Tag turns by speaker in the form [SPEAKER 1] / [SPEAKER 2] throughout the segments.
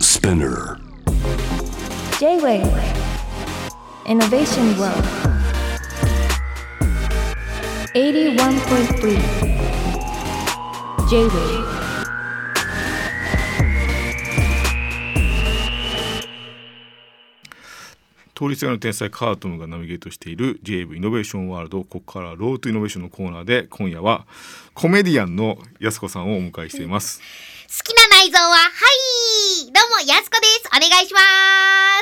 [SPEAKER 1] Spinner.
[SPEAKER 2] J-Wave Innovation World 81.3 J-Wave
[SPEAKER 3] 通りすがりの天才カートムがナビゲートしている JAV イノベーションワールドここからロートイノベーションのコーナーで今夜はコメディアンの安子さんをお迎えしています
[SPEAKER 4] 好きな内臓は、はいどうも、やすこですお願いしまー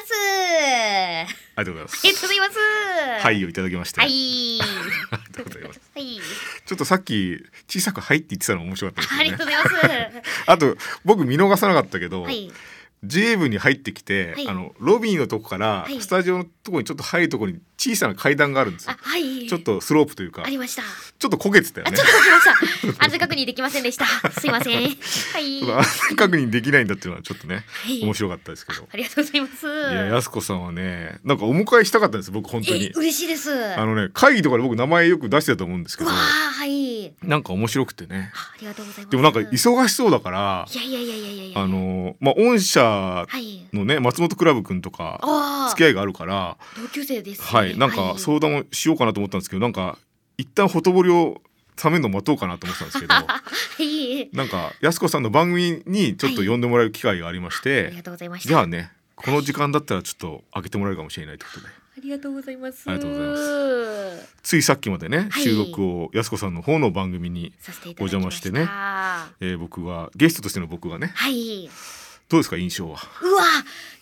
[SPEAKER 4] すあ
[SPEAKER 3] ありがとうございます
[SPEAKER 4] りがとうございます。
[SPEAKER 3] はい いをいただきまして、
[SPEAKER 4] はい。
[SPEAKER 3] ありがとうございます
[SPEAKER 4] はい。
[SPEAKER 3] ちょっとさっき小さく「はい」って言ってたの面白かったです
[SPEAKER 4] あり
[SPEAKER 3] よ
[SPEAKER 4] が
[SPEAKER 3] ね
[SPEAKER 4] とうござい ます。
[SPEAKER 3] あと僕見逃さなかったけど、
[SPEAKER 4] はい。
[SPEAKER 3] JA 部に入ってきて、
[SPEAKER 4] はい
[SPEAKER 3] あのロビーのとこから
[SPEAKER 4] はい
[SPEAKER 3] スタジオのとこにちょっと入るとこに小さな階段があるんです
[SPEAKER 4] あ
[SPEAKER 3] よ、、
[SPEAKER 4] はい。
[SPEAKER 3] ちょっ。とスロープというか
[SPEAKER 4] ありました。
[SPEAKER 3] ちょっと焦げてたよ
[SPEAKER 4] あ、
[SPEAKER 3] ね
[SPEAKER 4] ちょっと書きました。安全確認できません でした。すいません。はい。
[SPEAKER 3] ちょっ と安全確認できないんだっていうのはちょっとね、
[SPEAKER 4] い
[SPEAKER 3] 面白かったですけど
[SPEAKER 4] ありがとうございます。
[SPEAKER 3] いや、やすこさんはね、なんかお迎えしたかったんです、僕本当
[SPEAKER 4] え
[SPEAKER 3] に、。
[SPEAKER 4] 嬉しいです。
[SPEAKER 3] あ
[SPEAKER 4] わ
[SPEAKER 3] のね、会議とかで僕名前よく出してたと思うんですけ
[SPEAKER 4] ー、
[SPEAKER 3] ど、
[SPEAKER 4] はい。
[SPEAKER 3] なんか面白くてね。
[SPEAKER 4] あありがとうございます。
[SPEAKER 3] でもなんか忙しそうだから、
[SPEAKER 4] いやいやいやいやいやいや。
[SPEAKER 3] あ、の、まあ、御社
[SPEAKER 4] はい。
[SPEAKER 3] のね、松本クラブくんとか、
[SPEAKER 4] ああ。
[SPEAKER 3] 付き合いがあるから、
[SPEAKER 4] 同級生です、ね。
[SPEAKER 3] はい、なんか相談をしようかなと思ったんですけど、なんか、一旦ほとぼりを冷めるのを待とうかなと思ってたんです けど、
[SPEAKER 4] はい。
[SPEAKER 3] なんか、やすこさんの番組にちょっと呼んでもらえる機会がありまし
[SPEAKER 4] あ
[SPEAKER 3] て
[SPEAKER 4] り、がとうございました。
[SPEAKER 3] じゃあね、この時間だったらちょっと開けてもらえるかもしれないということで。
[SPEAKER 4] ありがとうございます。。
[SPEAKER 3] ありがとうございますついさっきまでね、
[SPEAKER 4] はい
[SPEAKER 3] 収録をやすこさんの方の番組に、
[SPEAKER 4] させていただきました
[SPEAKER 3] お邪魔してね
[SPEAKER 4] は
[SPEAKER 3] えー僕はゲストとしての僕がね
[SPEAKER 4] い。
[SPEAKER 3] どうですか印象は。
[SPEAKER 4] うわ、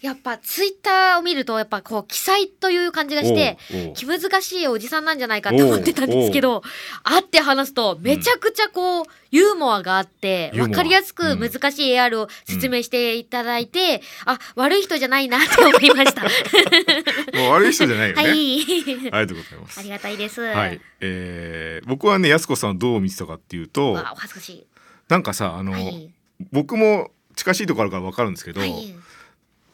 [SPEAKER 4] やっぱツイッターを見るとやっぱこう記載という感じがして。
[SPEAKER 3] おうおう
[SPEAKER 4] 気難しいおじさんなんじゃないかと思ってたんですけど会って話すとめちゃくちゃこう、ユーモアがあって
[SPEAKER 3] ユーモア
[SPEAKER 4] 分かりやすく難しい AR を説明していただいて、あ悪い人じゃないなって思いま した。
[SPEAKER 3] もう悪い人じゃないよね。
[SPEAKER 4] は
[SPEAKER 3] あ
[SPEAKER 4] い、
[SPEAKER 3] りがとうございま
[SPEAKER 4] あり
[SPEAKER 3] す。
[SPEAKER 4] がたいです。
[SPEAKER 3] はい、えー僕はねやすこさんをどう見てたかっていう
[SPEAKER 4] う
[SPEAKER 3] と
[SPEAKER 4] わお恥ずかしい。
[SPEAKER 3] なんかさあの、
[SPEAKER 4] はい
[SPEAKER 3] 僕も近しいところあるから分かるんですけど、
[SPEAKER 4] はい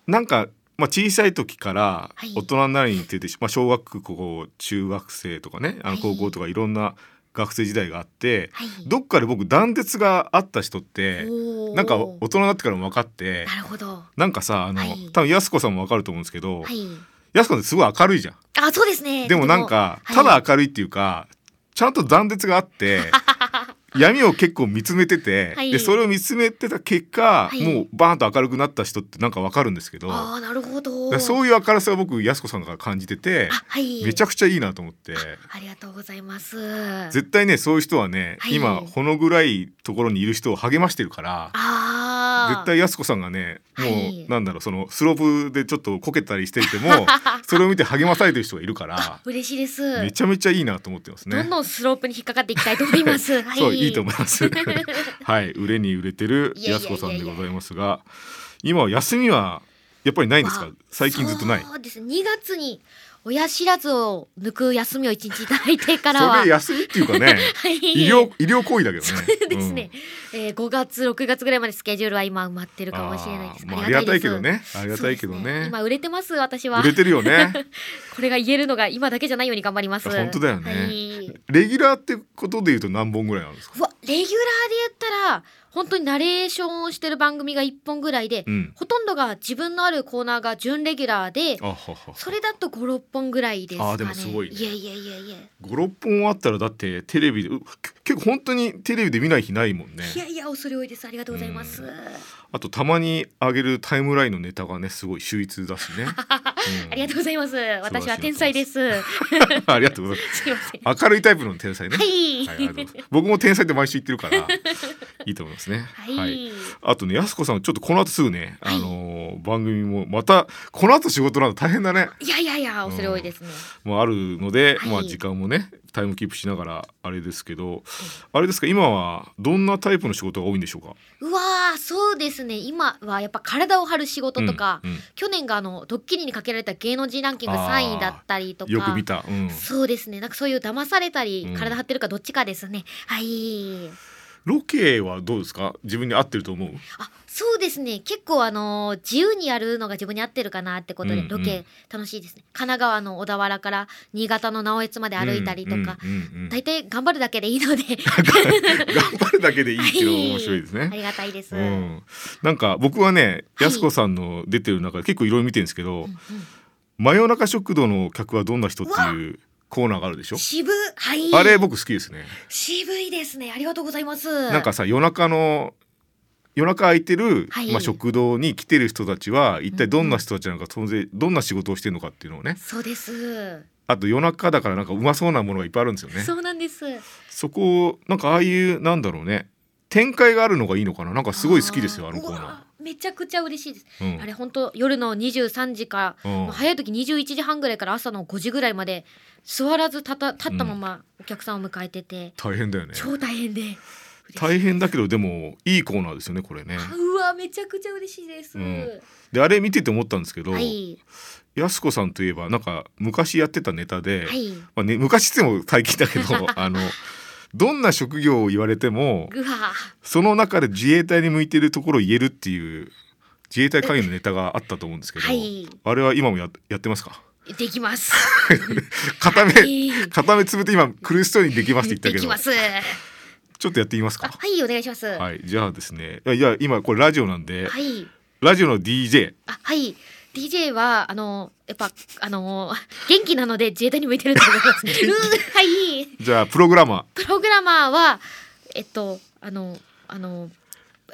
[SPEAKER 3] なんか、まあ、小さい時から
[SPEAKER 4] はい
[SPEAKER 3] 大人になるにつれて、まあ、小学校中学生とかねあ
[SPEAKER 4] は
[SPEAKER 3] の
[SPEAKER 4] い
[SPEAKER 3] 高校とかいろんな学生時代があって、
[SPEAKER 4] はい
[SPEAKER 3] どっかで僕断絶があった人って
[SPEAKER 4] おー
[SPEAKER 3] なんか大人になってからも分かって
[SPEAKER 4] なるほど。
[SPEAKER 3] なんかさあの、
[SPEAKER 4] はい
[SPEAKER 3] 多分やす子さんも分かると思うんですけど、
[SPEAKER 4] はい。
[SPEAKER 3] やす子さんってすごい明るいじゃん。
[SPEAKER 4] あ、そうですね。
[SPEAKER 3] でもなんか
[SPEAKER 4] とて
[SPEAKER 3] た
[SPEAKER 4] もは
[SPEAKER 3] だ
[SPEAKER 4] い
[SPEAKER 3] 明るいっていうかちゃんと断絶があって 闇を結構見つめてて、
[SPEAKER 4] はい
[SPEAKER 3] でそれを見つめてた結果、
[SPEAKER 4] はい
[SPEAKER 3] もうバーンと明るくなった人ってなんか分かるんですけどだ
[SPEAKER 4] あ
[SPEAKER 3] か
[SPEAKER 4] ー、なるほど。
[SPEAKER 3] らそういう明るさを僕やす子さんから感じてて
[SPEAKER 4] あ、はい。
[SPEAKER 3] めちゃくちゃいいなと思って。
[SPEAKER 4] ありがとうございます。
[SPEAKER 3] 絶対ねそういう人はね、
[SPEAKER 4] はい
[SPEAKER 3] 今このぐらいところにいる人を励ましてるから
[SPEAKER 4] ああ。
[SPEAKER 3] 絶対やす子さんがねもう、
[SPEAKER 4] はい
[SPEAKER 3] なんだろうそのスロープでちょっとこけたりしてて もそれを見て励まされてる人がいるから
[SPEAKER 4] 嬉しいです。
[SPEAKER 3] めちゃめちゃいいなと思ってますね。
[SPEAKER 4] どんどんスロープに引っかかっていきたいと思 います。はい。
[SPEAKER 3] そういいと思い ます。はい売れに売れてるやす子さんでございますが今は休みはやっぱりないんですか
[SPEAKER 4] わ
[SPEAKER 3] 最近ずっとない。
[SPEAKER 4] そうです。2月に親知らずを抜く休みを一日いただいてからは。
[SPEAKER 3] それ休みっていうかね
[SPEAKER 4] はい
[SPEAKER 3] 医療医療行為だけどね。
[SPEAKER 4] ですね。えー、5月6月ぐらいまでスケジュールは今埋まってるかもしれないです。
[SPEAKER 3] あーまあありがたいけど
[SPEAKER 4] です。
[SPEAKER 3] ねありがたいけど
[SPEAKER 4] そうです
[SPEAKER 3] ね
[SPEAKER 4] 今売れてます私は
[SPEAKER 3] 売れてるよね
[SPEAKER 4] これが言えるのが今だけじゃないように頑張ります
[SPEAKER 3] いや本当だよね
[SPEAKER 4] はい、
[SPEAKER 3] レギュラーってことで言うと何本ぐらいなんですか
[SPEAKER 4] うわレギュラーで言ったら本当にナレーションをしてる番組が1本ぐらいで、
[SPEAKER 3] うん
[SPEAKER 4] ほとんどが自分のあるコーナーが準レギュラーで
[SPEAKER 3] あはは
[SPEAKER 4] それだと56本ぐらいですかね
[SPEAKER 3] あーでもすごいね
[SPEAKER 4] いやいやいやいや
[SPEAKER 3] 56本あったらだってテレビでうけ結構本当にテレビで見ない日ないもんね
[SPEAKER 4] いやいや恐れ多いですありがとうございます、
[SPEAKER 3] うん
[SPEAKER 4] あ
[SPEAKER 3] あとたまに上げるタイムラインのネタがねすごい秀逸だし ね、うん
[SPEAKER 4] りがとうございます私は天才です
[SPEAKER 3] ありがとうございます
[SPEAKER 4] いませ
[SPEAKER 3] 明
[SPEAKER 4] ん
[SPEAKER 3] るいタイプの天才ね。
[SPEAKER 4] はい
[SPEAKER 3] ありがとうございます僕も天才って毎週言ってる から、いいと思いますね。
[SPEAKER 4] はい、
[SPEAKER 3] あとね、やすこさん、ちょっとこの後すぐね、あのー番組も、また、この後仕事なの大変だね。
[SPEAKER 4] いやいやいや恐れ多いですね、
[SPEAKER 3] もうあるので、
[SPEAKER 4] はい
[SPEAKER 3] まあ、時間もね、タイムキープしながら、あれですけど。あれですか、今は、どんなタイプの仕事が多いんでしょうか。
[SPEAKER 4] うわーそうですね今はやっぱ体を張る仕事とか、
[SPEAKER 3] うんうん
[SPEAKER 4] 去年があのドッキリにかけられた芸能人ランキング3位だったりとか
[SPEAKER 3] よく見た。うん。
[SPEAKER 4] そうですねなんかそういう騙されたり、
[SPEAKER 3] うん
[SPEAKER 4] 体張ってるかどっちかですねはい
[SPEAKER 3] ロケはどうですか自分に合ってると思う
[SPEAKER 4] あそうですね結構あのー自由にやるのが自分に合ってるかなってこと
[SPEAKER 3] うん
[SPEAKER 4] で
[SPEAKER 3] うん
[SPEAKER 4] ロケ楽しいですね、神奈川の小田原から新潟の直江津まで歩いたりとか、
[SPEAKER 3] うんうんうん頑
[SPEAKER 4] 大体頑張るだけでい いので
[SPEAKER 3] 張るだけでいいっていうのが面白いです
[SPEAKER 4] あ
[SPEAKER 3] ね。
[SPEAKER 4] りがたいです、
[SPEAKER 3] う
[SPEAKER 4] うん
[SPEAKER 3] ん、なんか僕はね、
[SPEAKER 4] はい
[SPEAKER 3] やすこさんの出てる中で結構いろいろ見てるんですけど、
[SPEAKER 4] う
[SPEAKER 3] 真夜中食堂の客はどんな人っていうコーナーがあるでしょ
[SPEAKER 4] ん、渋はい
[SPEAKER 3] あれ僕好きですね。
[SPEAKER 4] 渋いですねありがとうございます
[SPEAKER 3] なんかさ夜中の夜中空いてる、
[SPEAKER 4] はい
[SPEAKER 3] まあ、食堂に来てる人たちは一体どんな人たちなのか、当然どんな仕事をしてるのかっていうのをね
[SPEAKER 4] そうです、
[SPEAKER 3] あと夜中だからなんかうまそうなものがいっぱいあるんですよね。そ
[SPEAKER 4] そうなんです
[SPEAKER 3] こをなんかああいうなんだろうね展開があるのがいいのかななんかすごい好きですよあ
[SPEAKER 4] ー
[SPEAKER 3] のコー
[SPEAKER 4] うわ
[SPEAKER 3] ナ
[SPEAKER 4] めちゃくちゃ嬉しいです、
[SPEAKER 3] ー。うん
[SPEAKER 4] あれ本当夜の23時から
[SPEAKER 3] うん
[SPEAKER 4] もう早い時21時半ぐらいから朝の5時ぐらいまで座らず立た立ったままお客さんを迎えてて、
[SPEAKER 3] 大変だよね。
[SPEAKER 4] 超大変で嬉しい
[SPEAKER 3] 大変だけどでもいいコーナーですよねこれね。
[SPEAKER 4] あうわめちゃくちゃ嬉しいです、
[SPEAKER 3] うんであれ見てて思ったんですけど、
[SPEAKER 4] はい
[SPEAKER 3] やすこさんといえばなんか昔やってたネタで、
[SPEAKER 4] はい
[SPEAKER 3] まあね、昔っても最近だけど あのどんな職業を言われても
[SPEAKER 4] うわ
[SPEAKER 3] その中で自衛隊に向いてるところを言えるっていう自衛隊関与のネタがあったと思うんですけど、
[SPEAKER 4] はい
[SPEAKER 3] あれは今もややってますか
[SPEAKER 4] で きます
[SPEAKER 3] 片目、
[SPEAKER 4] はい
[SPEAKER 3] 片目つぶって今苦しそうにできますって言
[SPEAKER 4] で
[SPEAKER 3] ったけ
[SPEAKER 4] き
[SPEAKER 3] ど
[SPEAKER 4] ます
[SPEAKER 3] ちょっとやってみます
[SPEAKER 4] あ
[SPEAKER 3] か
[SPEAKER 4] はいお願いしますは
[SPEAKER 3] はいじゃあですねいやいや今これラジオなんで、
[SPEAKER 4] い
[SPEAKER 3] ラジオの DJ
[SPEAKER 4] あはい DJ はあのやっぱあの元気なので自衛隊に向いてると思 いますうんはい
[SPEAKER 3] じゃあプログラマ
[SPEAKER 4] プログラマーはえっとあのあの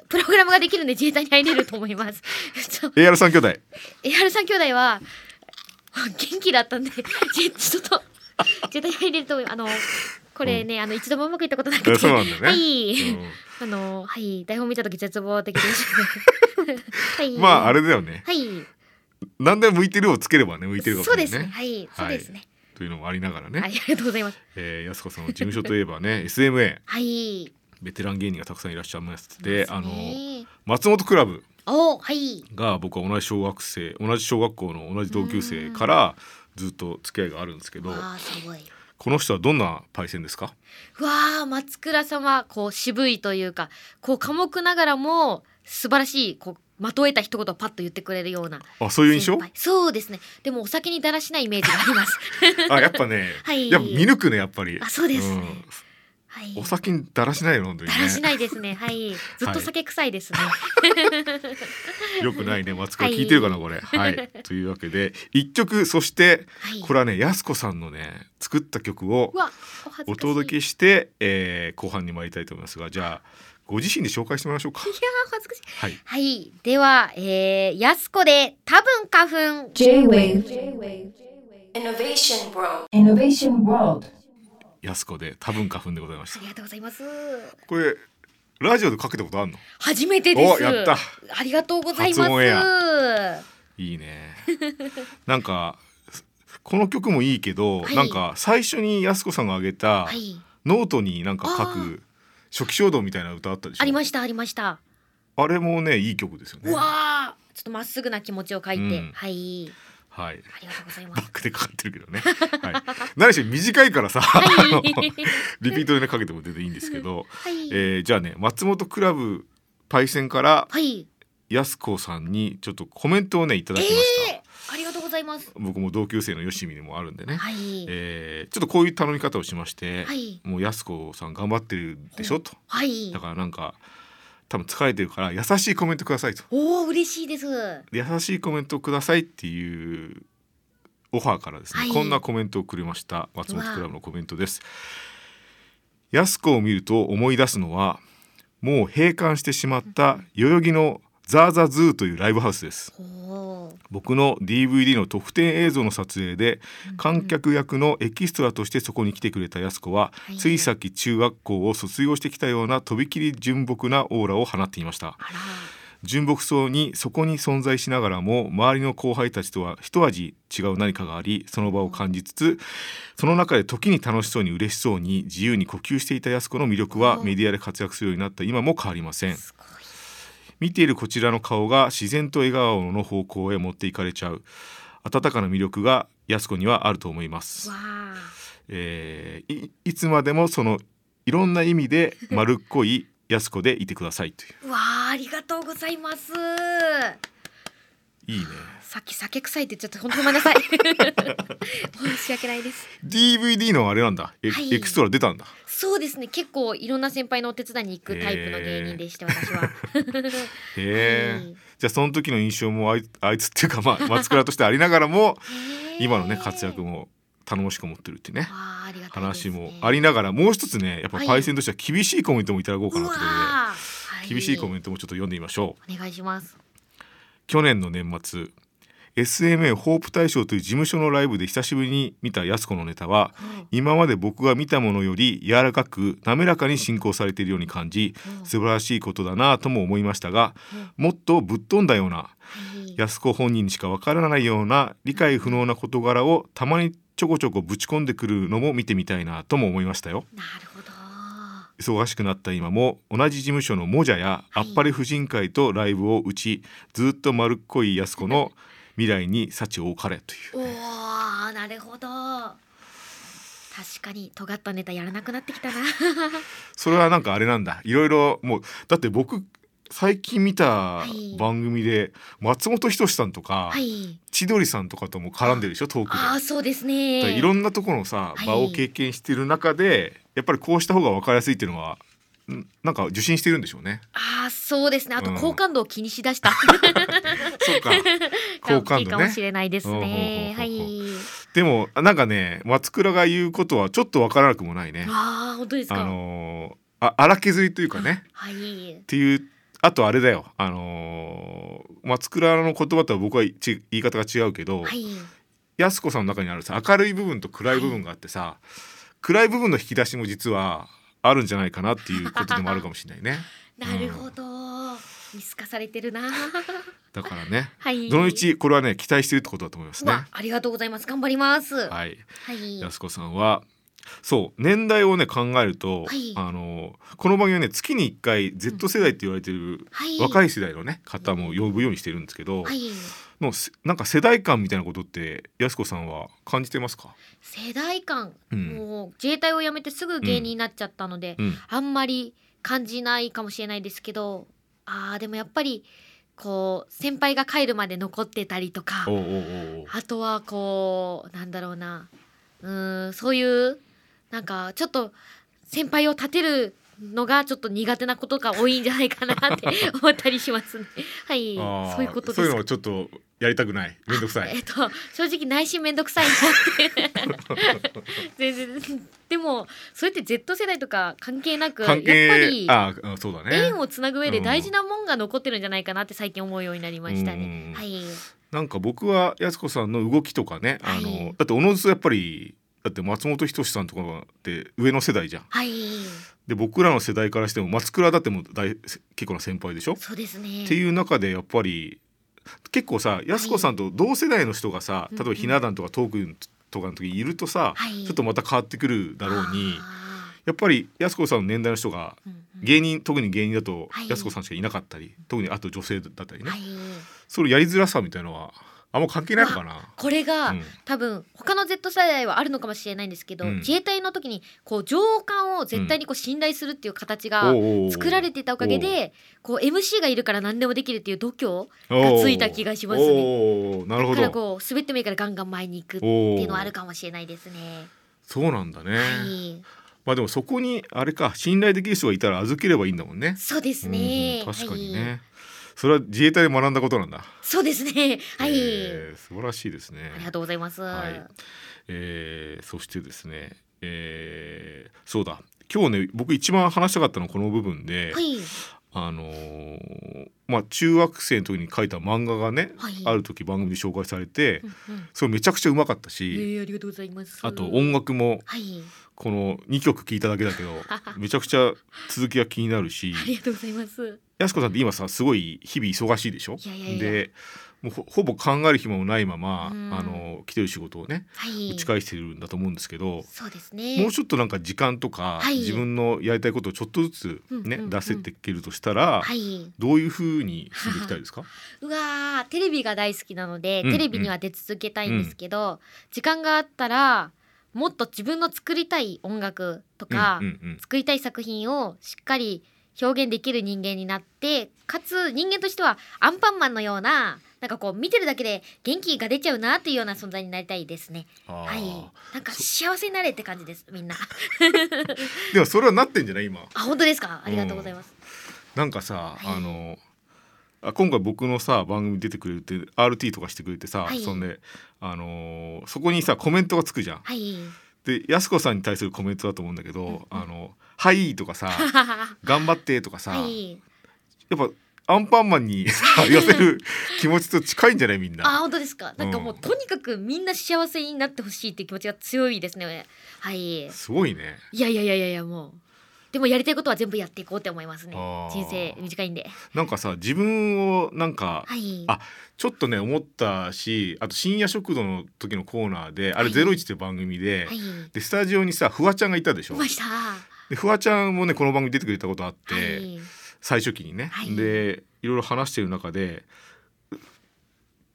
[SPEAKER 4] プログラムができるんで自衛隊に入れると思います。 ちょ
[SPEAKER 3] ー AR3 兄弟
[SPEAKER 4] AR さん兄弟は元気だったんで自衛ちょっと自衛隊に入れると思います。あのこれね、あの一度もうまくいったことなく
[SPEAKER 3] え
[SPEAKER 4] て、
[SPEAKER 3] そうなんだね
[SPEAKER 4] はい、
[SPEAKER 3] うん
[SPEAKER 4] あのはい台本見た時絶望的 でした、はい。
[SPEAKER 3] まああれだよね
[SPEAKER 4] はい、
[SPEAKER 3] 何でも向いてるをつければね向いてるかもし
[SPEAKER 4] そう
[SPEAKER 3] れな
[SPEAKER 4] で
[SPEAKER 3] い
[SPEAKER 4] すね。はい、そうですね。
[SPEAKER 3] というのもありながらね、
[SPEAKER 4] はい、 ありがとうございます。
[SPEAKER 3] えー、やすこさんの事務所といえばね SMA
[SPEAKER 4] はい。
[SPEAKER 3] ベテラン芸人がたくさんいらっしゃいますであの
[SPEAKER 4] ね
[SPEAKER 3] 松本クラブ
[SPEAKER 4] おはい。
[SPEAKER 3] が僕は同じ小学生同じ小学校の同じ同級生からずっと付き合いがあるんですけど
[SPEAKER 4] ああすごい。
[SPEAKER 3] この人はどんなパイセンですか
[SPEAKER 4] うわあ松倉様こう渋いというかこう寡黙ながらも素晴らしいこうまとえた一言をパッと言ってくれるような
[SPEAKER 3] あそういう印象
[SPEAKER 4] 先輩そうですねでもお酒にだらしないイメージがあり ます
[SPEAKER 3] あやっぱね、
[SPEAKER 4] はい
[SPEAKER 3] やっぱ見抜くねやっぱり
[SPEAKER 4] あそうですねはい
[SPEAKER 3] んお酒にだらしないよ本当に
[SPEAKER 4] だらし
[SPEAKER 3] ね
[SPEAKER 4] ないですねはいずっと酒臭いですね、
[SPEAKER 3] よくないね松倉聞いてるかなこれ はいというわけで一曲そして
[SPEAKER 4] はい、
[SPEAKER 3] これはねやすこさんのね作った曲を
[SPEAKER 4] うわお
[SPEAKER 3] お
[SPEAKER 4] 恥ずかしい
[SPEAKER 3] 届
[SPEAKER 4] い
[SPEAKER 3] けして、えー後半に参りたいと思いますがじゃあご自身で紹介してもらいましょうか。
[SPEAKER 4] やー恥ずかしい
[SPEAKER 3] はい、
[SPEAKER 4] はいではえー、やすこで多分花粉
[SPEAKER 2] J-Wave.
[SPEAKER 1] Innovation World.
[SPEAKER 2] Innovation World.
[SPEAKER 3] やすこで多分花粉でございまし
[SPEAKER 4] あ
[SPEAKER 3] た。
[SPEAKER 4] りがとうございます
[SPEAKER 3] これラジオでかけたことあるの？
[SPEAKER 4] 初めてです
[SPEAKER 3] おやった
[SPEAKER 4] ありがとうございま
[SPEAKER 3] 初オンエ
[SPEAKER 4] す
[SPEAKER 3] いい ね。なんかこの曲もいいけど、
[SPEAKER 4] はい
[SPEAKER 3] なんか最初にやすこさんが挙げた
[SPEAKER 4] はい
[SPEAKER 3] ノートになんか書く初期衝動みたいな歌あったでしょ？
[SPEAKER 4] ありましたありました。
[SPEAKER 3] あれもねいい曲ですよね
[SPEAKER 4] う。わあ、ちょっとまっすぐな気持ちを書いて、
[SPEAKER 3] うん
[SPEAKER 4] はい、
[SPEAKER 3] はい。
[SPEAKER 4] ありがとうございま
[SPEAKER 3] バ
[SPEAKER 4] す。
[SPEAKER 3] ックでかかってるけどね。はい。何しろ短いからさ、あのリピートでねかけても全然いいんですけど。
[SPEAKER 4] はい、
[SPEAKER 3] えーじゃあね松本クラブパイセンから
[SPEAKER 4] はい、
[SPEAKER 3] やすこさんにちょっとコメントをねいただきました、
[SPEAKER 4] えー、ありがとうございます。
[SPEAKER 3] 僕も同級生のよしみでもあるんでね、
[SPEAKER 4] はい、
[SPEAKER 3] えーちょっとこういう頼み方をしまして、
[SPEAKER 4] はい
[SPEAKER 3] もうやすこさん頑張ってるでしょと
[SPEAKER 4] はい
[SPEAKER 3] だ、からなんか多分疲れてるから優しいコメントくださいと
[SPEAKER 4] おお、嬉しいです。は
[SPEAKER 3] で優しいコメントをくださいっていうオファーからですね、
[SPEAKER 4] はい
[SPEAKER 3] こんなコメントをくれました松本クラブのコメントですやす子を見ると思い出すのはもう閉館してしまった代々木のザーザズーというライブハウスです
[SPEAKER 4] おお、
[SPEAKER 3] 僕の DVD の特典映像の撮影で観客役のエキストラとしてそこに来てくれたやす子は、
[SPEAKER 4] い
[SPEAKER 3] ついさっき中学校を卒業してきたようなとびきり純朴なオーラを放っていました
[SPEAKER 4] あら、
[SPEAKER 3] 純朴そうにそこに存在しながらも周りの後輩たちとは一味違う何かがありその場を感じつつその中で時に楽しそうに嬉しそうに自由に呼吸していた安子の魅力はメディアで活躍するようになった今も変わりません
[SPEAKER 4] すごい。
[SPEAKER 3] 見ているこちらの顔が自然と笑顔の方向へ持っていかれちゃう温かな魅力が安子にはあると思います
[SPEAKER 4] わあ、
[SPEAKER 3] えーいいつまでもそのいろんな意味で丸っこい安子でいてくださいという
[SPEAKER 4] わあありがとうございます
[SPEAKER 3] ういいね
[SPEAKER 4] さっき酒臭いって言っちゃって本当ごめんなさい 申し訳ないです
[SPEAKER 3] DVD のあれなんだエ,、
[SPEAKER 4] はい
[SPEAKER 3] エクストラ出たんだ
[SPEAKER 4] そうですね結構いろんな先輩のお手伝いに行くタイプの芸人でして私は
[SPEAKER 3] へえ、
[SPEAKER 4] はい
[SPEAKER 3] じゃあその時の印象もあい あいつっていうかま あ松倉としてありながらも今のね活躍
[SPEAKER 4] も
[SPEAKER 3] も頼もしく持ってるってね
[SPEAKER 4] あーありがたいです
[SPEAKER 3] 話
[SPEAKER 4] ね
[SPEAKER 3] もありながらもう一つねやっぱ
[SPEAKER 4] はい
[SPEAKER 3] パイセンとしては厳しいコメントもいただこうか
[SPEAKER 4] う
[SPEAKER 3] な
[SPEAKER 4] わ
[SPEAKER 3] という
[SPEAKER 4] ー、
[SPEAKER 3] ことで、
[SPEAKER 4] はい、
[SPEAKER 3] 厳しいコメントもちょっと読んでみましょう
[SPEAKER 4] お願いします
[SPEAKER 3] 去年の年末 SMA ホープ大賞という事務所のライブで久しぶりに見たやす子のネタは今まで僕が見たものより柔らかく滑らかに進行されているように感じ
[SPEAKER 4] うん
[SPEAKER 3] 素晴らしいことだなとも思いましたがもっとぶっ飛んだような
[SPEAKER 4] はい
[SPEAKER 3] 安子本人にしかわからないような理解不能な事柄をたまにちょこちょこぶち込んでくるのも見てみたいなとも思いましたよ
[SPEAKER 4] なるほど
[SPEAKER 3] 忙しくなった今も同じ事務所のモジャやあ
[SPEAKER 4] はい
[SPEAKER 3] っぱれ婦人会とライブを打ちずっと丸っこい安子の未来に幸多かれという
[SPEAKER 4] おーなるほど確かに尖ったネタやらなくなってきたな
[SPEAKER 3] それはなんかあれなんだいろいろもうだって僕最近見た
[SPEAKER 4] い
[SPEAKER 3] 番組で松本人志さんとか
[SPEAKER 4] はい
[SPEAKER 3] 千鳥さんとかとも絡んでるでしょトークで。
[SPEAKER 4] ああそうです
[SPEAKER 3] だから
[SPEAKER 4] ね
[SPEAKER 3] いろんなところのさ
[SPEAKER 4] はい
[SPEAKER 3] 場を経験してる中でやっぱりこうした方が分かりやすいっていうのはんなんか受信してるんでしょう ね。
[SPEAKER 4] ああそうですねあと
[SPEAKER 3] うん
[SPEAKER 4] 好感度を気にし だした、
[SPEAKER 3] そうか好感度
[SPEAKER 4] が大きいかも
[SPEAKER 3] ね
[SPEAKER 4] しれないですね
[SPEAKER 3] うん
[SPEAKER 4] は
[SPEAKER 3] うんうん
[SPEAKER 4] い
[SPEAKER 3] でもあなんかね松倉が言うことはちょっと分からなくもないね。
[SPEAKER 4] ああ本当ですか
[SPEAKER 3] あのーあ荒削りというかね
[SPEAKER 4] はい
[SPEAKER 3] っていうあとあれだよあのー松倉の言葉とは僕はち言い方が違うけど、
[SPEAKER 4] はい
[SPEAKER 3] 安子さんの中にあるさ明るい部分と暗い部分があってさ、暗い部分の引き出しも実はあるんじゃないかなっていうことでもあるかもしれないね
[SPEAKER 4] なるほど、見透かされてるな
[SPEAKER 3] だからね
[SPEAKER 4] はい
[SPEAKER 3] どのうちこれはね期待してるってことだと思います
[SPEAKER 4] う
[SPEAKER 3] ね
[SPEAKER 4] わありがとうございます頑張りますは
[SPEAKER 3] はい
[SPEAKER 4] い
[SPEAKER 3] 安子さんはそう年代をね考えると、
[SPEAKER 4] はい
[SPEAKER 3] あのこの番組はね月に1回 Z 世代って言われてる
[SPEAKER 4] はい
[SPEAKER 3] 若い世代のね方も呼ぶようにしてるんですけど、
[SPEAKER 4] はい
[SPEAKER 3] のせなんか世代間みたいなことって安子さんは感じてますか、
[SPEAKER 4] 世代間、
[SPEAKER 3] うん
[SPEAKER 4] もう自衛隊を辞めてすぐ芸人になっちゃったので、
[SPEAKER 3] うん、
[SPEAKER 4] あんまり感じないかもしれないですけどあーでもやっぱりこう先輩が帰るまで残ってたりとか
[SPEAKER 3] おうおうおうおう
[SPEAKER 4] あとはこうなんだろうなうーんそういうなんかちょっと先輩を立てるのがちょっと苦手なことが多いんじゃないかなって思ったり しますね。はい
[SPEAKER 3] あー
[SPEAKER 4] そういうこと
[SPEAKER 3] そう
[SPEAKER 4] で
[SPEAKER 3] いうの
[SPEAKER 4] すか
[SPEAKER 3] はちょっとやりたくないめんどくさい
[SPEAKER 4] えっと正直内心めんどくさいなっ て全然でもそれって Z 世代とか関係なくやっぱ
[SPEAKER 3] 関係
[SPEAKER 4] り
[SPEAKER 3] あーうんそうだね
[SPEAKER 4] 縁をつなぐ上で大事なもんが残ってるんじゃないかなって最近思うようになりました
[SPEAKER 3] うん
[SPEAKER 4] ね。はい、
[SPEAKER 3] なんか僕はやす子さんの動きとかねあの、
[SPEAKER 4] はい
[SPEAKER 3] だっておのずとやっぱりだって松本人志さんとかって上の世代じゃん
[SPEAKER 4] はい、
[SPEAKER 3] で僕らの世代からしても松倉だってもう大結構な先輩でしょ、
[SPEAKER 4] そうですね。
[SPEAKER 3] っていう中でやっぱり結構さやす子さんと同世代の人がさ、
[SPEAKER 4] うん
[SPEAKER 3] 例えばひな壇とかトークとかの時にいるとさ、
[SPEAKER 4] はい
[SPEAKER 3] ちょっとまた変わってくるだろうに
[SPEAKER 4] あ
[SPEAKER 3] やっぱりやす子さんの年代の人が
[SPEAKER 4] ーうんうん
[SPEAKER 3] 芸人特に芸人だと
[SPEAKER 4] はい
[SPEAKER 3] やす子さんしかいなかったり、特にあと女性だったりね、
[SPEAKER 4] はい、
[SPEAKER 3] それやりづらさみたいのはあんま関係ないのかな。
[SPEAKER 4] これが、
[SPEAKER 3] うん
[SPEAKER 4] 多分他の Z 世代はあるのかもしれないんですけど、
[SPEAKER 3] うん
[SPEAKER 4] 自衛隊の時にこう上官を絶対にこう信頼するっていう形が作られていたおかげでこう MC がいるから何でもできるっていう度胸がついた気がしますね
[SPEAKER 3] ね。おーなるほ
[SPEAKER 4] だから
[SPEAKER 3] ど。
[SPEAKER 4] こう滑ってもいいからガンガン前に行くっていうのはあるかもしれないですね。
[SPEAKER 3] そうなんだね。
[SPEAKER 4] はい、
[SPEAKER 3] まあでもそこにあれか信頼できる人がいたら預ければいいんだもんね。
[SPEAKER 4] そうですね
[SPEAKER 3] う。ん確かにね、
[SPEAKER 4] はい、
[SPEAKER 3] それは自衛隊で学んだことなんだ。
[SPEAKER 4] そうですね。はい、
[SPEAKER 3] えー素晴らしいですね
[SPEAKER 4] あ。りがとうございます。
[SPEAKER 3] はいえーそしてですね、えーそうだ今日ね僕一番話したかったのはこの部分で、
[SPEAKER 4] はい、
[SPEAKER 3] あのーまあ中学生の時に書いた漫画がね、
[SPEAKER 4] はい
[SPEAKER 3] ある時番組で紹介されて、
[SPEAKER 4] うんうん
[SPEAKER 3] それめちゃくちゃうまかった
[SPEAKER 4] え
[SPEAKER 3] し、
[SPEAKER 4] ーありがとうございます。
[SPEAKER 3] あと音楽も
[SPEAKER 4] はい、
[SPEAKER 3] この2曲聴いただけだけ どめちゃくちゃ続きが気になるし
[SPEAKER 4] ありがとうございます。
[SPEAKER 3] やす子さんって今さすごい日々忙しいでしょ
[SPEAKER 4] いやいやいや
[SPEAKER 3] でもうほほぼ考える暇もないまま、
[SPEAKER 4] うん
[SPEAKER 3] あの来てる仕事をね
[SPEAKER 4] はい。
[SPEAKER 3] 打ち返してるんだと思うんですけど、
[SPEAKER 4] そうですね。
[SPEAKER 3] もうちょっとなんか時間とか、
[SPEAKER 4] はい
[SPEAKER 3] 自分のやりたいことをちょっとずつね、
[SPEAKER 4] うんうんうん
[SPEAKER 3] 出せていけるとしたら、
[SPEAKER 4] はい。
[SPEAKER 3] どういうふうに進んでいきたいです か
[SPEAKER 4] うわーテレビが大好きなので、
[SPEAKER 3] うん
[SPEAKER 4] テレビには出続けたいんですけど、時間があったらもっと自分の作りたい音楽とか、
[SPEAKER 3] うんうんうん
[SPEAKER 4] 作りたい作品をしっかり表現できる人間になってかつ人間としてはアンパンマンのようななんかこう見てるだけで元気が出ちゃうなというような存在になりたいですね。
[SPEAKER 3] あー
[SPEAKER 4] はい、なんか幸せになれって感じですみんな。
[SPEAKER 3] でもそれはなってんじゃない今
[SPEAKER 4] あ本当ですかありがとうございます。
[SPEAKER 3] なんかさ、
[SPEAKER 4] はい
[SPEAKER 3] あのあ今回僕のさ番組出てくれて RT とかしてくれてさ、
[SPEAKER 4] はい
[SPEAKER 3] そんで、あのーそこにさコメントがつくじゃん。
[SPEAKER 4] はい。
[SPEAKER 3] でやす子さんに対するコメントだと思うんだけど「あのはい」とか さ「頑張って」とかさ、
[SPEAKER 4] はい。
[SPEAKER 3] やっぱアンパンマンに さ寄せる気持ちと近いんじゃないみん
[SPEAKER 4] あ
[SPEAKER 3] な。
[SPEAKER 4] 本当ですか。なんかもう、
[SPEAKER 3] うん
[SPEAKER 4] とにかくみんな幸せになってほしいっていう気持ちが強いですね。はい。い
[SPEAKER 3] すごいね。
[SPEAKER 4] やいやいやいやいやもう。でもやりたいことは全部やっていこうって思いますね
[SPEAKER 3] あー。
[SPEAKER 4] 人生短いんで。
[SPEAKER 3] なんかさ自分をなんか
[SPEAKER 4] はい。
[SPEAKER 3] あちょっとね思ったしあと深夜食堂の時のコーナーであれ『
[SPEAKER 4] はい
[SPEAKER 3] ゼロイチっていう番組で、
[SPEAKER 4] はい。
[SPEAKER 3] でスタジオにさフワちゃんがいたでしょ
[SPEAKER 4] い。ました。
[SPEAKER 3] でフワちゃんもねこの番組出てくれたことあって、
[SPEAKER 4] はい。
[SPEAKER 3] 最初期にね、
[SPEAKER 4] はい
[SPEAKER 3] でいろいろ話してる中で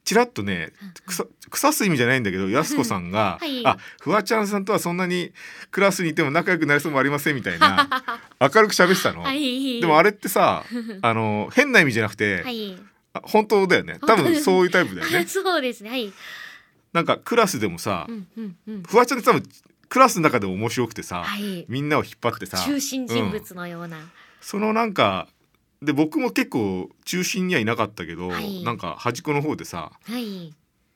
[SPEAKER 3] ちらっとね草草す意味じゃないんだけどやす子さんが「
[SPEAKER 4] はい
[SPEAKER 3] あフワちゃんさんとはそんなにクラスにいても仲良くなりそうもありません」みたいな明るく喋ってたの。
[SPEAKER 4] はい。
[SPEAKER 3] でもあ
[SPEAKER 4] れ。
[SPEAKER 3] れって さあの変な意味じゃなくて、
[SPEAKER 4] はい。
[SPEAKER 3] あ本当だよね多
[SPEAKER 4] 本当で
[SPEAKER 3] 分
[SPEAKER 4] す
[SPEAKER 3] そういうタイプだよね。
[SPEAKER 4] そうですね。はい。
[SPEAKER 3] なんかクラスでもさ、
[SPEAKER 4] うんうんうん。
[SPEAKER 3] フワちゃんって多分クラスの中でも面白くてさ、
[SPEAKER 4] はい。
[SPEAKER 3] みんなを引っ張ってさ
[SPEAKER 4] 中心人
[SPEAKER 3] うん
[SPEAKER 4] 物のような。
[SPEAKER 3] そのなんかで僕も結構中心にはいなかったけど、
[SPEAKER 4] はい
[SPEAKER 3] なんか端っこの方でさ
[SPEAKER 4] はい。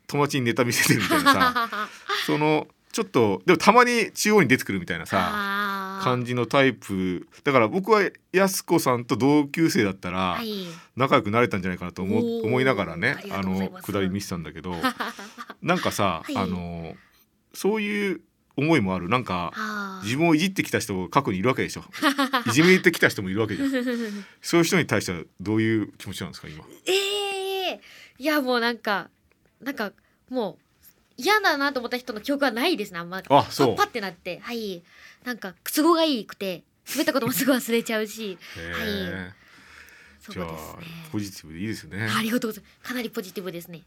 [SPEAKER 3] 友達にネタ見せてるみたいなさ
[SPEAKER 4] あ
[SPEAKER 3] そのちょっとでもたまに中央に出てくるみたいなさ
[SPEAKER 4] あー。
[SPEAKER 3] 感じのタイプだから僕は安子さんと同級生だったら
[SPEAKER 4] はい。
[SPEAKER 3] 仲良くなれたんじゃないかなと思,、
[SPEAKER 4] おー
[SPEAKER 3] 思いながらね
[SPEAKER 4] あり
[SPEAKER 3] あ
[SPEAKER 4] がとうござ
[SPEAKER 3] の
[SPEAKER 4] います
[SPEAKER 3] 下り見てたんだけどなんかさ、
[SPEAKER 4] はい
[SPEAKER 3] あのそういう思いもあるなんか
[SPEAKER 4] あ
[SPEAKER 3] 自分をいじってきた人も過去にいるわけ でしょいじめてきた人もいるわけじゃん
[SPEAKER 4] あ。
[SPEAKER 3] そういう人に対してはどういう気持ちなんですか今。
[SPEAKER 4] ええいやもうなんかなんかもう嫌だなと思った人の記憶はないですねあんま
[SPEAKER 3] あそう
[SPEAKER 4] パッてなってはいなんか都合がいいくて滑ったこともすぐ忘れちゃうし
[SPEAKER 3] へー
[SPEAKER 4] そう
[SPEAKER 3] じ
[SPEAKER 4] で
[SPEAKER 3] ゃ
[SPEAKER 4] す
[SPEAKER 3] あ
[SPEAKER 4] ね
[SPEAKER 3] ポジティブでいいですね。
[SPEAKER 4] ありがとうございますかなりポジティブですね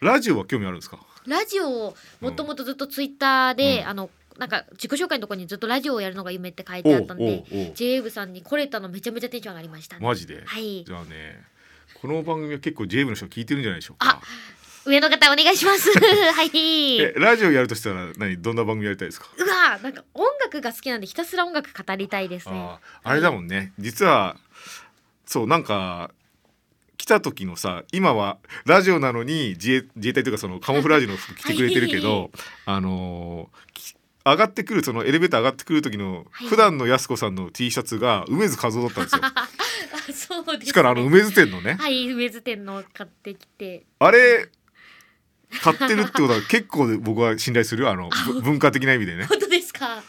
[SPEAKER 3] ラジオは興味あるんですか。
[SPEAKER 4] ラジオをもともとずっとツイッターで、
[SPEAKER 3] うん
[SPEAKER 4] あのなんか自己紹介のところにずっとラジオをやるのが夢って書いて
[SPEAKER 3] お
[SPEAKER 4] あっ
[SPEAKER 3] う
[SPEAKER 4] たん
[SPEAKER 3] お
[SPEAKER 4] で
[SPEAKER 3] うおう
[SPEAKER 4] j ェブさんに来れたのめちゃめちゃテンション上がりました、
[SPEAKER 3] マジで。
[SPEAKER 4] はい
[SPEAKER 3] じゃあねこの番組は結構 JV の人聞いてるんじゃないでしょうか
[SPEAKER 4] あ。上の方お願いします はい
[SPEAKER 3] えラジオやるとしたら何どんな番組やりたいですか。
[SPEAKER 4] うわーなんか音楽が好きなんでひたすら音楽語りたいですね。
[SPEAKER 3] あーあれだもんね実はそうなんか来た時のさ今はラジオなのに自衛自衛隊というかそのカモフラージュの服着てくれてるけど、あのーき上がってくるそのエレベーター上がってくる時の
[SPEAKER 4] はい
[SPEAKER 3] 普段のやす子さんの T シャツが梅津和夫だったん ですよ。
[SPEAKER 4] あそうです、ね。
[SPEAKER 3] しかもあの梅津店のね
[SPEAKER 4] はい梅津店の買ってきて。
[SPEAKER 3] あれ買ってるってこと は結構僕は信頼するよあのぶ文化的な意味でね。
[SPEAKER 4] 本当ですか。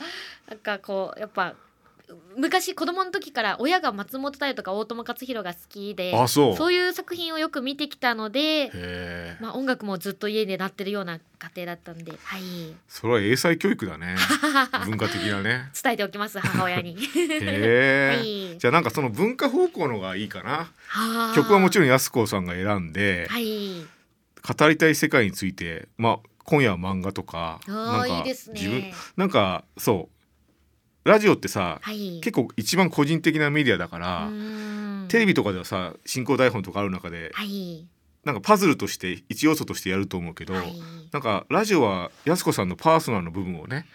[SPEAKER 4] なんかこうやっぱ昔子供の時から親が松本太陽とか大友克洋が好きで、
[SPEAKER 3] あそう。
[SPEAKER 4] そういう作品をよく見てきたので、
[SPEAKER 3] へえ。
[SPEAKER 4] まあ音楽もずっと家で鳴ってるような家庭だったんで、はい。
[SPEAKER 3] それは英才教育だ ね文化的なね。
[SPEAKER 4] 伝えておきます母親に。
[SPEAKER 3] へえ、
[SPEAKER 4] はい
[SPEAKER 3] じゃあなんかその文化方向のがいいかな
[SPEAKER 4] はー
[SPEAKER 3] 曲はもちろん安子さんが選んで、
[SPEAKER 4] はい。
[SPEAKER 3] 語りたい世界についてまあ今夜は漫画とか
[SPEAKER 4] あ
[SPEAKER 3] なんか
[SPEAKER 4] あいいですね。
[SPEAKER 3] 自分なんかそうラジオってさ、
[SPEAKER 4] はい。
[SPEAKER 3] 結構一番個人的なメディアだから、
[SPEAKER 4] 構
[SPEAKER 3] テレビとかではさ進行台本とかある中で
[SPEAKER 4] はい。
[SPEAKER 3] なんかパズルとして一要素としてやると思うけど、
[SPEAKER 4] はい、
[SPEAKER 3] なんかラジオは安子さんのパーソナルの部分をね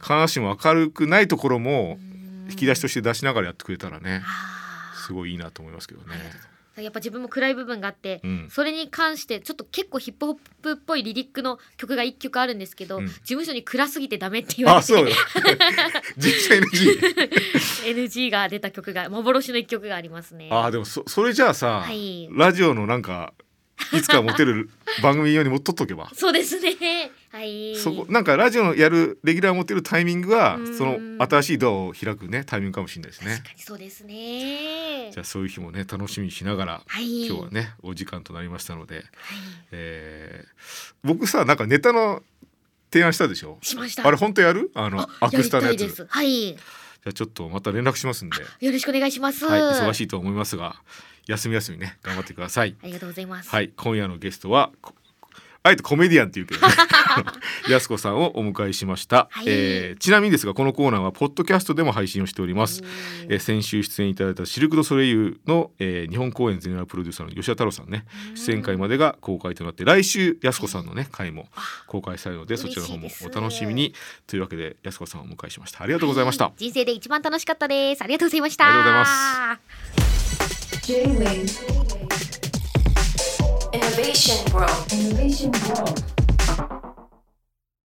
[SPEAKER 4] 確かに。
[SPEAKER 3] 必ずしも明るくないところも
[SPEAKER 4] 引
[SPEAKER 3] 引き出しと
[SPEAKER 4] して。
[SPEAKER 3] して出しながらやってくれたらね。
[SPEAKER 4] あー
[SPEAKER 3] すごいいいなと思いますけどね。
[SPEAKER 4] やっぱ自分も暗い部分があって、
[SPEAKER 3] うん
[SPEAKER 4] それに関してちょっと結構ヒップホップっぽいリリックの曲が一曲あるんですけど、
[SPEAKER 3] うん
[SPEAKER 4] 事務所に暗すぎてダメって言
[SPEAKER 3] あ、
[SPEAKER 4] われ
[SPEAKER 3] そう
[SPEAKER 4] て
[SPEAKER 3] だ。実際の G。
[SPEAKER 4] NG が出た曲が幻の一曲がありますね。
[SPEAKER 3] あ、でもそそれじゃあさ、
[SPEAKER 4] はい
[SPEAKER 3] ラジオのなんかいつかモテ る番組用に持っとっとけば。
[SPEAKER 4] そうですね。はい。
[SPEAKER 3] そこなんかラジオのやるレギュラーモテるタイミングが
[SPEAKER 4] うん
[SPEAKER 3] その新しいドアを開くねタイミングかもしれないですね
[SPEAKER 4] 確。かにそうですね。
[SPEAKER 3] じゃあそういう日もね楽しみにしながら。
[SPEAKER 4] はい。
[SPEAKER 3] 今日はねお時間となりましたので、
[SPEAKER 4] はい
[SPEAKER 3] えー僕さなんかネタの提案したでしょ
[SPEAKER 4] しました。
[SPEAKER 3] あれ本当やるあのアクスタのや
[SPEAKER 4] りた
[SPEAKER 3] つ
[SPEAKER 4] いで
[SPEAKER 3] じ
[SPEAKER 4] す。はい。よ
[SPEAKER 3] ゃあちょっとまた連絡しますんで
[SPEAKER 4] ろしくお願いします。
[SPEAKER 3] はい、忙し
[SPEAKER 4] い。
[SPEAKER 3] いと思いますが、休み休みね、頑張ってください。
[SPEAKER 4] ありがとうございます。
[SPEAKER 3] はい、今夜のゲストはこあえてコメディアンって言うけど、 ね、安子さんをお迎えしました、
[SPEAKER 4] はい
[SPEAKER 3] えーちなみにですがこのコーナーはポッドキャストでも配信をしております、えー先週出演いただいたシルク・ドゥ・ソレイユの、えー日本公演ゼネラルプロデューサーの吉田太郎さんね出演会までが公開となって来週安子さんのね回も公開されるのでそちらの方も
[SPEAKER 4] 嬉しい
[SPEAKER 3] お
[SPEAKER 4] です
[SPEAKER 3] 楽しみにというわけで安子さんをお迎えしましたありがとうございました、
[SPEAKER 4] は人生で一番楽しかったですありがとうございました
[SPEAKER 3] ありがとうございます
[SPEAKER 2] J-Wave
[SPEAKER 1] Innovation World.
[SPEAKER 2] Innovation World